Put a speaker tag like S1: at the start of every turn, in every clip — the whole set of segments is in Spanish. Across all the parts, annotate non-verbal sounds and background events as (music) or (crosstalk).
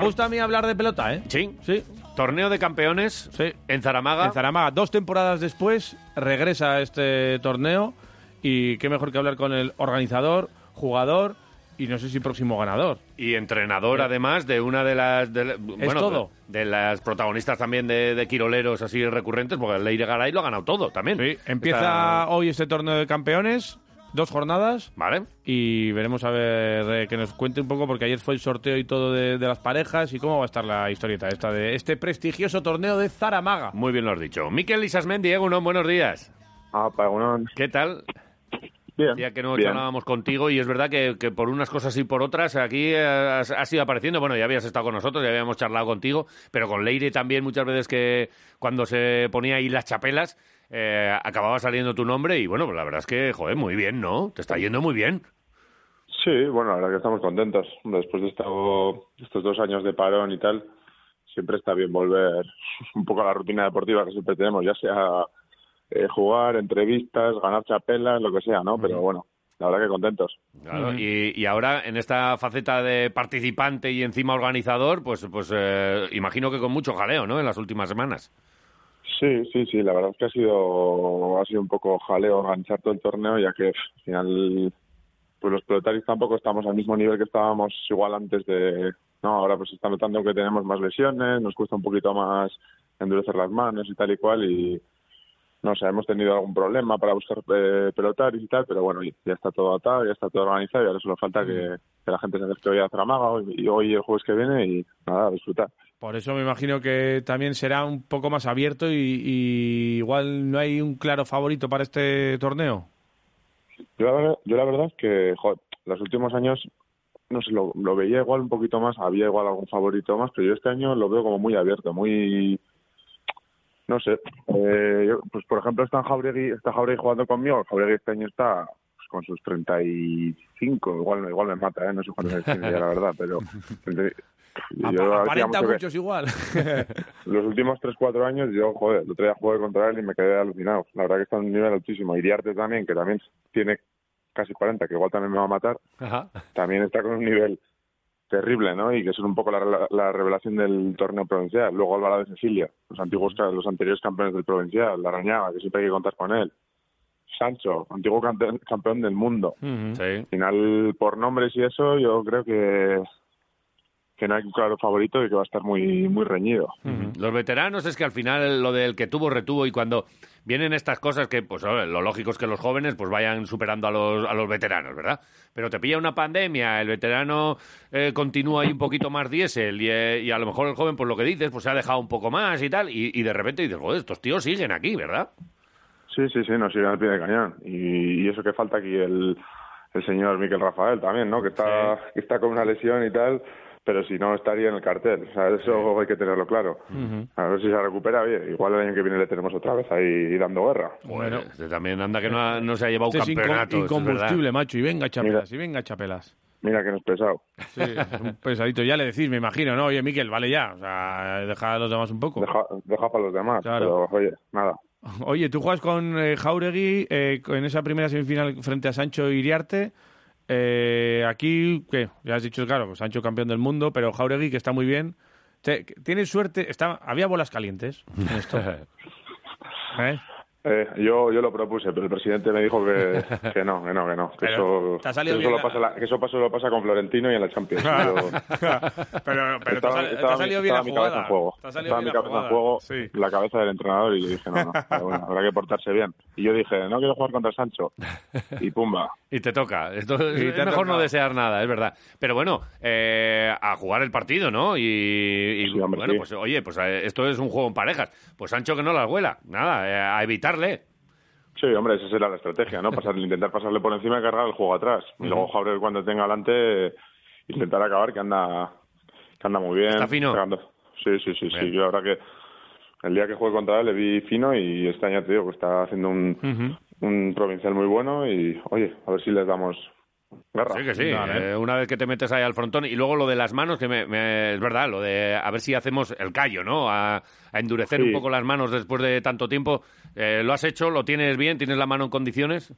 S1: gusta a mí hablar de pelota, ¿eh?
S2: Sí.
S1: Sí.
S2: Torneo de campeones
S1: Sí.
S2: en Zaramaga.
S1: En Zaramaga, dos temporadas después, regresa a este torneo y qué mejor que hablar con el organizador, jugador y no sé si próximo ganador.
S2: Y entrenador, además, de una de las... De, la- bueno,
S1: todo.
S2: De, de las protagonistas también de, de Quiroleros así recurrentes, porque Leire Garay lo ha ganado todo también.
S1: Sí, empieza
S2: Está-
S1: hoy este torneo de campeones, dos jornadas
S2: Vale.
S1: y veremos a ver eh, que nos cuente un poco porque ayer fue el sorteo y todo de, de las parejas y cómo va a estar la historieta esta de este prestigioso torneo de Zaramaga.
S2: Muy bien lo has dicho. Miquel Lisasmendi, Egunon, buenos días.
S3: Ah, para uno.
S2: ¿Qué tal?
S3: Bien.
S2: Ya que no
S3: bien.
S2: charlábamos contigo y es verdad que, que por unas cosas y por otras aquí eh, has, has ido apareciendo. Bueno, ya habías estado con nosotros, ya habíamos charlado contigo, pero con Leire también muchas veces que cuando se ponía ahí las chapelas eh, acababa saliendo tu nombre y bueno, pues la verdad es que, joder, muy bien, ¿no? Te está yendo muy bien.
S3: Sí, bueno, la verdad que estamos contentos. Hombre, Después de esto- estos dos años de parón y tal, siempre está bien volver (laughs) un poco a la rutina deportiva que siempre tenemos, ya sea eh, jugar, entrevistas, ganar chapelas, lo que sea, ¿no? Pero bueno, la verdad que contentos.
S2: Claro, y, y ahora en esta faceta de participante y encima organizador, pues, pues eh, imagino que con mucho jaleo, ¿no? En las últimas semanas.
S3: Sí, sí, sí, la verdad es que ha sido, ha sido un poco jaleo organizar todo el torneo, ya que pff, al final pues los pelotarios tampoco estamos al mismo nivel que estábamos igual antes de... No, ahora pues se está notando que tenemos más lesiones, nos cuesta un poquito más endurecer las manos y tal y cual y no sé, hemos tenido algún problema para buscar eh, pelotarios y tal, pero bueno, y ya está todo atado, ya está todo organizado y ahora solo falta que, que la gente se acerque hoy a Zaramaga hoy- y hoy el jueves que viene y nada, a disfrutar.
S1: Por eso me imagino que también será un poco más abierto y, y igual no hay un claro favorito para este torneo.
S3: Yo la verdad, yo la verdad es que jo, los últimos años, no sé, lo, lo veía igual un poquito más, había igual algún favorito más, pero yo este año lo veo como muy abierto, muy... No sé, eh, yo- pues por ejemplo está Jauregui, está Jauregui jugando conmigo, Jauregui este año está pues, con sus 35, igual, igual me mata, ¿eh? no sé cuántos años tiene ya, la verdad, pero...
S1: (laughs)
S3: yo
S1: Apa-
S3: hacía
S1: aparenta
S3: mucho que-
S1: muchos (laughs) igual.
S3: los últimos 3-4 años, yo, joder, el otro día jugué contra él y me quedé alucinado. La verdad que está en un nivel altísimo. Y Diarte también, que también tiene casi 40, que igual también me va a matar,
S2: Ajá.
S3: también está con un nivel terrible, ¿no? Y que son un poco la, la- la revelación del torneo provincial. Luego Álvaro de Cecilia, los antiguos, ca- los anteriores campeones del provincial, la Arañaga, que siempre hay que contar con él. Sancho, antiguo campeón- campeón del mundo
S2: Sí.
S3: final, por nombres y eso, yo creo que, que no hay un claro favorito y que va a estar muy, muy reñido.
S2: Los veteranos es que al final lo del que tuvo retuvo y cuando vienen estas cosas que pues a ver, lo lógico es que los jóvenes pues vayan superando a los, a los veteranos, ¿verdad? Pero te pilla una pandemia, el veterano eh, continúa ahí un poquito más diésel y, eh, y a lo mejor el joven pues lo que dices pues se ha dejado un poco más y tal y, y de repente dices, joder, estos tíos siguen aquí, ¿verdad?
S3: Sí, sí, sí, nos siguen al pie de cañón. Y, y eso que falta aquí el, el señor Miquel Rafael también, ¿no? Que está, que está con una lesión y tal, pero si no, estaría en el cartel. O sea, eso hay que tenerlo claro. A ver si se recupera bien. Igual el año que viene le tenemos otra vez ahí dando guerra.
S2: Joder,
S1: Bueno.
S2: este también anda que no, ha- no se ha llevado
S1: Este
S2: un
S1: es incom-
S2: campeonato. esto es verdad.
S1: incombustible, macho. Y venga, chapelas, y venga, chapelas.
S3: Mira que nos pesado.
S1: Sí, (laughs) es un pesadito. Ya le decís, me imagino, ¿no? Oye, Miquel, vale ya. O sea, deja a los demás un poco.
S3: Deja, deja para los demás.
S1: Claro.
S3: Pero, oye, nada.
S1: Oye, tú juegas con eh, Jauregui eh, en esa primera semifinal frente a Sancho Iriarte. Eh, aquí, ¿qué? Ya has dicho, claro, pues Sancho campeón del mundo, pero Jauregui que está muy bien. Te- Tienes suerte. Está, había bolas calientes en esto.
S2: (laughs)
S1: ¿Eh?
S3: (laughs) Eh, yo, yo lo propuse, pero el presidente me
S1: (laughs)
S3: dijo que, que no, que no, que no. Que
S1: Pero
S3: eso,
S1: te ha salido
S3: que eso
S1: bien
S3: lo
S1: la-
S3: pasa la- que eso pasa- lo pasa con Florentino y en
S1: (laughs)
S3: la Champions. Yo-
S1: pero pero te, ha
S3: estaba-
S1: sal- te
S3: estaba
S1: ha salido
S3: mi-
S1: bien la
S3: estaba mi cabeza
S1: jugada.
S3: en juego.
S1: Te ha salido
S3: Estaba
S1: bien
S3: mi
S1: la
S3: cabeza en
S1: jugada.
S3: juego,
S1: Sí.
S3: la cabeza del entrenador, y yo
S1: (laughs)
S3: dije, no, no, pero bueno, habrá que portarse bien. Y yo dije, no quiero jugar contra Sancho. Y pumba.
S2: Y te toca. (laughs) Esto es,
S1: Y te
S2: es
S1: ha
S2: mejor no
S1: tocado.
S2: desear nada, es verdad. Pero bueno, eh, a jugar el partido, ¿no? Y, y,
S3: Sí, hombre,
S2: bueno,
S3: sí.
S2: pues oye, pues eh, esto es un juego en parejas. Pues Sancho que no la vuela. Nada, eh, a evitarle.
S3: Sí, hombre, esa será la estrategia, ¿no? Pasar, intentar pasarle por encima y cargar el juego atrás. Y luego Jaure cuando tenga adelante, intentar acabar, que anda, que anda muy bien.
S2: ¿Está fino?
S3: Pegando- Sí, sí, sí, sí.
S2: Bien.
S3: Yo ahora que el día que jugué contra él le vi fino y este año te digo que está haciendo un,
S2: Mm.
S3: un provincial muy bueno y, oye, a ver si les damos guerra.
S2: Sí que sí.
S1: Vale.
S2: eh, una vez que te metes ahí al frontón. Y luego lo de las manos, que me- me- es verdad, lo de a ver si hacemos el callo, ¿no? A, a endurecer
S3: Sí.
S2: un poco las manos después de tanto tiempo. Eh, ¿Lo has hecho? ¿Lo tienes bien? ¿Tienes la mano en condiciones?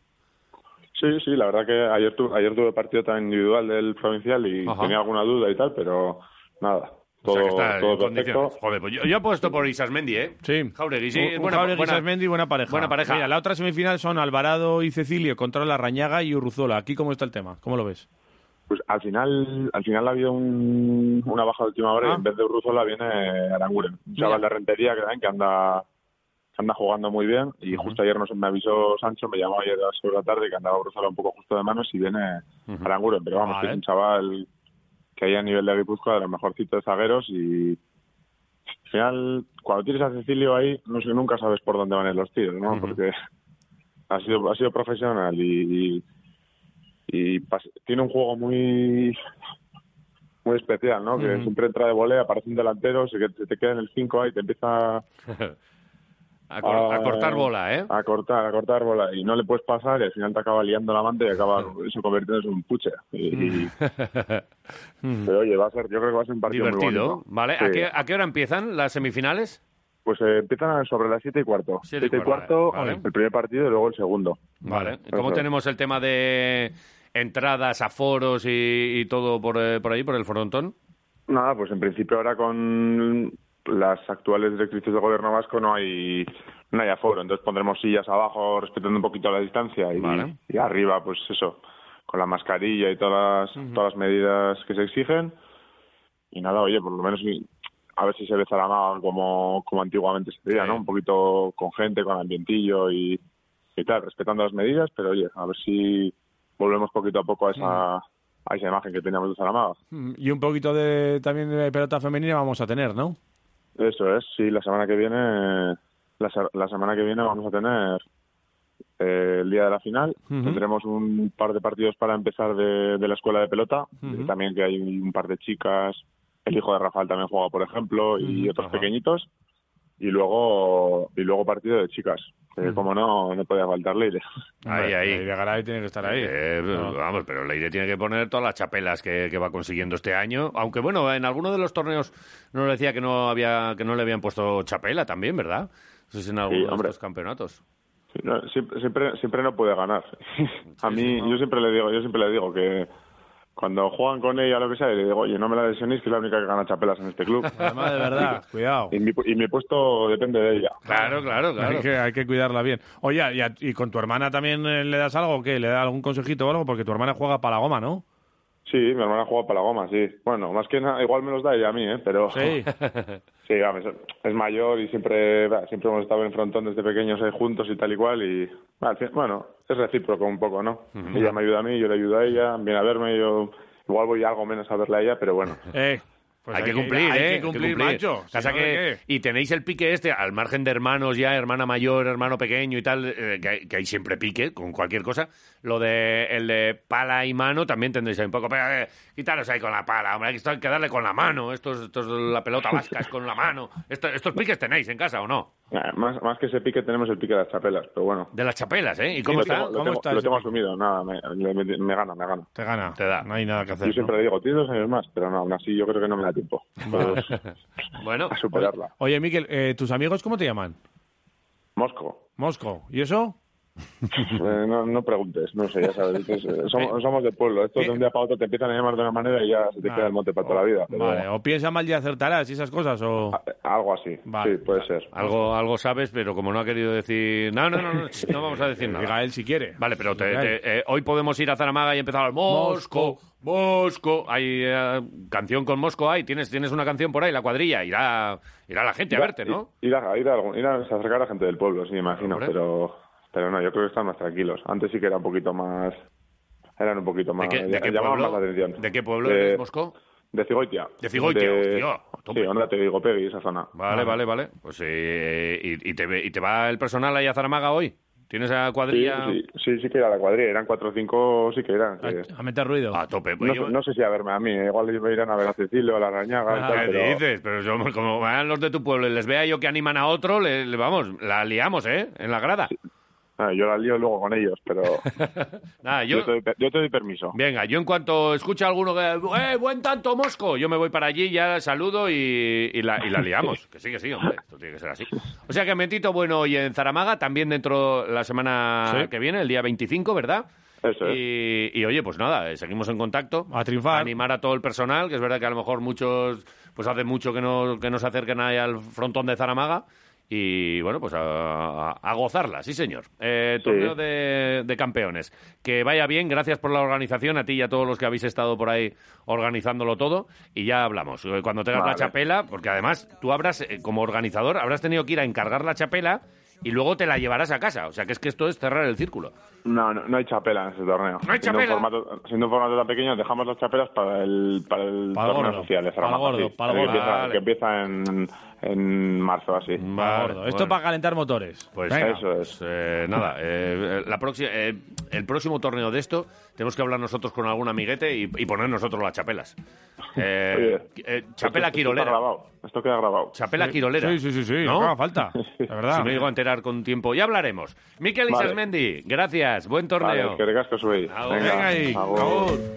S3: Sí, sí, la verdad que ayer, tu- ayer tuve partido tan individual del provincial y
S2: Ajá.
S3: tenía alguna duda y tal, pero nada,
S2: O
S3: Todo,
S2: sea que está en
S3: todo
S2: condiciones.
S3: perfecto.
S2: Joder, pues yo, yo apuesto por Isasmendi, ¿eh?
S1: Sí.
S2: Jauregui, sí.
S1: Un-
S2: es
S1: un
S2: buena,
S1: Jauregui,
S2: buena-
S1: Sasmendi, buena pareja.
S2: buena pareja.
S1: Mira, la otra semifinal son Alvarado y Cecilio contra Larrañaga y Urruzola. Aquí, ¿cómo está el tema? ¿Cómo lo ves?
S3: Pues al final, al final ha habido un- una baja de última hora
S1: Ah.
S3: y en vez de Urruzola viene Aranguren, un
S1: Mira.
S3: chaval de Rentería que, también que anda que anda jugando muy bien y
S2: Ujú.
S3: justo ayer nos me avisó Sancho, me llamó ayer a las seis de la tarde que andaba Urruzola un poco justo de manos y viene
S2: Ujú.
S3: Aranguren, pero vamos, que
S1: Vale.
S3: es un chaval que hay a nivel de Guipúzcoa de los mejorcitos de zagueros y al final cuando tienes a Cecilio ahí no sé nunca sabes por dónde van los tiros, ¿no?
S2: Ujú.
S3: Porque ha sido ha sido profesional y, y- y pas- tiene un juego muy muy especial, ¿no? Que
S2: Mm.
S1: Ujú.
S3: siempre entra de volea, aparece un delantero, se, que- se te queda en el 5 ahí, te empieza
S2: A, cor- a cortar
S3: Ah,
S2: bola, ¿eh?
S3: a cortar, a cortar bola y no le puedes pasar y al final te acaba liando la manta y acaba eso convirtiéndose en un puche. Y-
S2: Mm.
S3: (laughs) y- pero oye, va a ser, yo creo que va a ser un partido muy
S2: Divertido,
S3: bonito.
S2: ¿vale?
S3: Sí.
S2: ¿A, qué, a qué hora empiezan las semifinales?
S3: Pues eh, empiezan sobre las 7 y cuarto.
S2: Siete y
S3: 7 y
S2: cuarto,
S3: cuarto,
S2: vale.
S3: el primer partido y luego el segundo.
S2: Vale.
S3: Eso
S2: ¿Cómo
S3: es.
S2: tenemos el tema de entradas, aforos y, y todo por, eh, por ahí, por el frontón?
S3: Nada, pues en principio ahora con las actuales directrices del gobierno vasco no hay no hay aforo, entonces pondremos sillas abajo respetando un poquito la distancia y,
S2: Vale.
S3: y arriba pues eso, con la mascarilla y todas las, todas las medidas que se exigen. Y nada, oye, por lo menos y- a ver si se ve Zaramaga como, como antiguamente se veía,
S2: Sí.
S3: ¿no? Un poquito con gente, con ambientillo y, y tal, respetando las medidas, pero oye, a ver si volvemos poquito a poco a esa, a esa imagen que teníamos de Zaramaga.
S1: Mm, Y un poquito de también de pelota femenina vamos a tener, ¿no?
S3: Eso es, sí, la semana que viene la, se- la semana que viene vamos a tener eh, el día de la final,
S1: Ujú.
S3: tendremos un par de partidos para empezar de, de la escuela de pelota,
S1: Ujú.
S3: también que hay un par de chicas, el hijo de Rafael también juega, por ejemplo, y
S1: Ujú.
S3: otros
S2: Ajá.
S3: pequeñitos, y luego y luego partido de chicas, que como no, no podía faltarle.
S2: Ahí, ahí.
S1: Leire Garay tiene que estar ahí.
S2: Eh,
S1: No.
S2: Vamos, pero Leire tiene que poner todas las chapelas que, que va consiguiendo este año. Aunque bueno, en alguno de los torneos nos decía que no había que no le habían puesto chapela también, ¿verdad? No sé si en alguno de
S3: hombre.
S2: estos campeonatos.
S3: No, siempre, siempre, siempre no puede
S2: (laughs)
S3: ganar. a
S2: Sí,
S3: mí,
S2: sí, ¿no?
S3: yo siempre le digo, yo siempre le digo que cuando juegan con ella o lo que sea, le digo, oye, no me la lesionéis, que es la única que gana chapelas en este
S2: (laughs)
S3: club.
S1: Además, de verdad, cuidado.
S3: y, mi, pu- y mi puesto depende de ella.
S2: Claro, claro, claro.
S1: Hay, que, hay que cuidarla bien. Oye, ¿y, a- y con tu hermana también eh, le das algo? o ¿Qué? ¿Le das algún consejito o algo? Porque tu hermana juega para la goma, ¿no?
S3: Sí, mi hermana juega para la goma, sí. Bueno, más que nada, igual me los da ella a mí, ¿eh? Pero
S1: Sí.
S2: (laughs)
S3: (laughs) sí, vamos, es mayor y siempre, va, siempre hemos estado en frontón desde pequeños ahí juntos y tal y cual. Y va, al fin- bueno, es recíproco un poco, ¿no? Ella me ayuda a mí, yo le ayudo a ella, viene a verme, yo igual voy algo menos a verla a ella, pero bueno.
S1: Eh, pues
S2: hay, que cumplir,
S1: hay
S2: ¿eh?
S1: que cumplir, macho. Si
S2: Pasa
S1: no,
S2: que,
S1: ¿de
S2: y tenéis el pique este, al margen de hermanos ya, hermana mayor, hermano pequeño y tal, eh, que, hay, que hay siempre pique con cualquier cosa. Lo de el de pala y mano también tendréis ahí un poco. Pero, eh, quitaros ahí con la pala, hombre, hay que- hay que darle con la mano. Esto es, esto es la pelota vasca, es con la mano. Esto- estos piques tenéis en casa o no?
S3: Nah, más, más que ese pique tenemos el pique de las chapelas, pero bueno.
S2: De las chapelas, ¿eh? ¿Y cómo
S3: lo
S2: está?
S3: tengo, lo
S1: ¿Cómo
S3: tengo-
S1: está
S3: lo
S1: ese
S3: tengo
S1: pique?
S3: asumido, nada, me, me, me gana, me gana.
S1: Te gana.
S2: Te da.
S1: No hay nada que hacer.
S3: Yo siempre le digo, tienes dos años más, pero no, aún así yo creo que no me da tiempo
S1: (laughs)
S3: pues,
S2: Bueno,
S3: a
S1: ¿no?
S3: superarla.
S1: Oye, Miquel, eh, ¿tus amigos cómo te llaman?
S3: Mosco,
S1: Mosco. ¿Y eso?
S3: eh, no, no preguntes, no sé, ya sabes, entonces, eh, somos, somos de pueblo, esto de un día para otro te empiezan a llamar de una manera y ya se te
S1: eh, Vale.
S3: queda el monte para toda la vida. pero
S1: Vale, Ah, o piensa mal y acertarás y esas cosas, o...
S2: Ah,
S3: a- Algo así,
S1: Vale.
S3: sí, puede ser.
S2: algo, algo sabes, pero como no ha querido decir. No, no, no, no, no vamos a decir nada.
S1: (laughs) Diga él si quiere.
S2: Vale, pero te-
S1: Diga él.
S2: te- eh, hoy podemos ir a Zaramaga y empezar al Mosco, Mosco. Hay eh, canción con Mosco, hay. Tienes, tienes una canción por ahí, la cuadrilla. Irá, irá la gente a verte, ¿no?
S3: Ir a, ir a algún- ir a- se acercar a gente del pueblo, sí, me imagino,
S2: Hombre.
S3: pero, pero no, yo creo que están más tranquilos. Antes sí que era un poquito más... Eran un poquito
S2: ¿De
S3: más...
S2: qué, de qué
S3: llamaban
S2: pueblo,
S3: más la atención. Eh,
S2: ¿de qué pueblo
S3: De-
S2: eres, Mosco?
S3: De Cigoitia.
S2: De Zigoitia, hostia, a tope.
S3: Sí, onda te digo, Peggy, esa zona.
S2: Vale, vale, vale. Pues eh, y, y te, ve- y te va el personal ahí a Zaramaga hoy. ¿Tienes a
S3: Sí,
S2: cuadrilla?
S3: sí, sí, sí que era la cuadrilla, eran cuatro o cinco, sí que eran. sí.
S1: A, a meter ruido.
S2: A tope. Pues
S3: No,
S2: yo-
S3: sé- no sé si a verme a mí, eh, igual me irán a ver a Cecilio, a la Rañaga, y
S1: Ah,
S3: tal,
S2: ¿Qué
S3: pero...
S2: dices? Pero yo, como van los de tu pueblo y les vea yo que animan a otro, le, le- vamos, la liamos, ¿eh? En la grada.
S3: Ah, yo la lío luego con ellos,
S2: (laughs)
S3: pero
S2: Nada,
S3: yo, te doy, per- yo te doy permiso.
S2: Venga, yo en cuanto escucha alguno que... ¡Eh, buen tanto, Mosco! Yo me voy para allí, ya saludo y, y la, y la
S3: (laughs)
S2: liamos. que sí, que sí, hombre. Esto tiene que ser así. O sea que Mentito, bueno, y en Zaramaga, también dentro la semana
S1: Sí.
S2: que viene, el día 25, ¿verdad?
S3: Eso es.
S2: Y, y, oye, pues nada, eh, seguimos en contacto.
S1: A triunfar.
S2: animar a todo el personal, que es verdad que a lo mejor muchos, pues hace mucho que no, que no se acercan ahí al frontón de Zaramaga. Y bueno, pues a, a- a gozarla, sí señor. Eh,
S3: Sí.
S2: Torneo de, de campeones. Que vaya bien, gracias por la organización, a ti y a todos los que habéis estado por ahí organizándolo todo. Y ya hablamos. Eh, Cuando tengas la
S3: Vale.
S2: chapela, porque además tú habrás, eh, como organizador, habrás tenido que ir a encargar la chapela y luego te la llevarás a casa. O sea que es que esto es cerrar el círculo.
S3: No, no, no hay chapela en ese torneo.
S2: No hay
S3: Siendo
S2: chapela.
S3: Un formato, siendo un formato tan pequeño, dejamos las chapelas para el, para el
S1: Para el
S3: torneo
S1: gordo,
S3: social de
S1: para el
S3: Zaragoza.
S1: gordo,
S3: sí.
S1: para el
S3: El
S1: gordo.
S3: Que empieza,
S2: Vale.
S3: que empieza en, en marzo, así.
S1: Vale,
S2: Vale,
S1: gordo. Esto es
S2: bueno.
S1: para calentar motores.
S2: Pues
S1: Venga.
S3: Eso es.
S2: Eh, nada, eh, la próxima, eh, el próximo torneo de esto tenemos que hablar nosotros con algún amiguete y, y poner nosotros las chapelas. Eh,
S3: Oye,
S2: eh, chapela
S3: Esto- Esto, está
S2: quirolera.
S3: grabado. esto queda grabado.
S2: Chapela quirolera.
S1: Sí, sí, sí, sí.
S2: ¿No?
S1: No haga falta. La verdad.
S2: Si me digo a enterar con tiempo. Ya hablaremos. Miquel
S3: Vale.
S2: Isasmendi, gracias. Buen
S3: Vale,
S2: torneo.
S3: es que ricasco subí.
S2: Agur.
S1: Venga ahí.
S3: agur.
S1: Agur.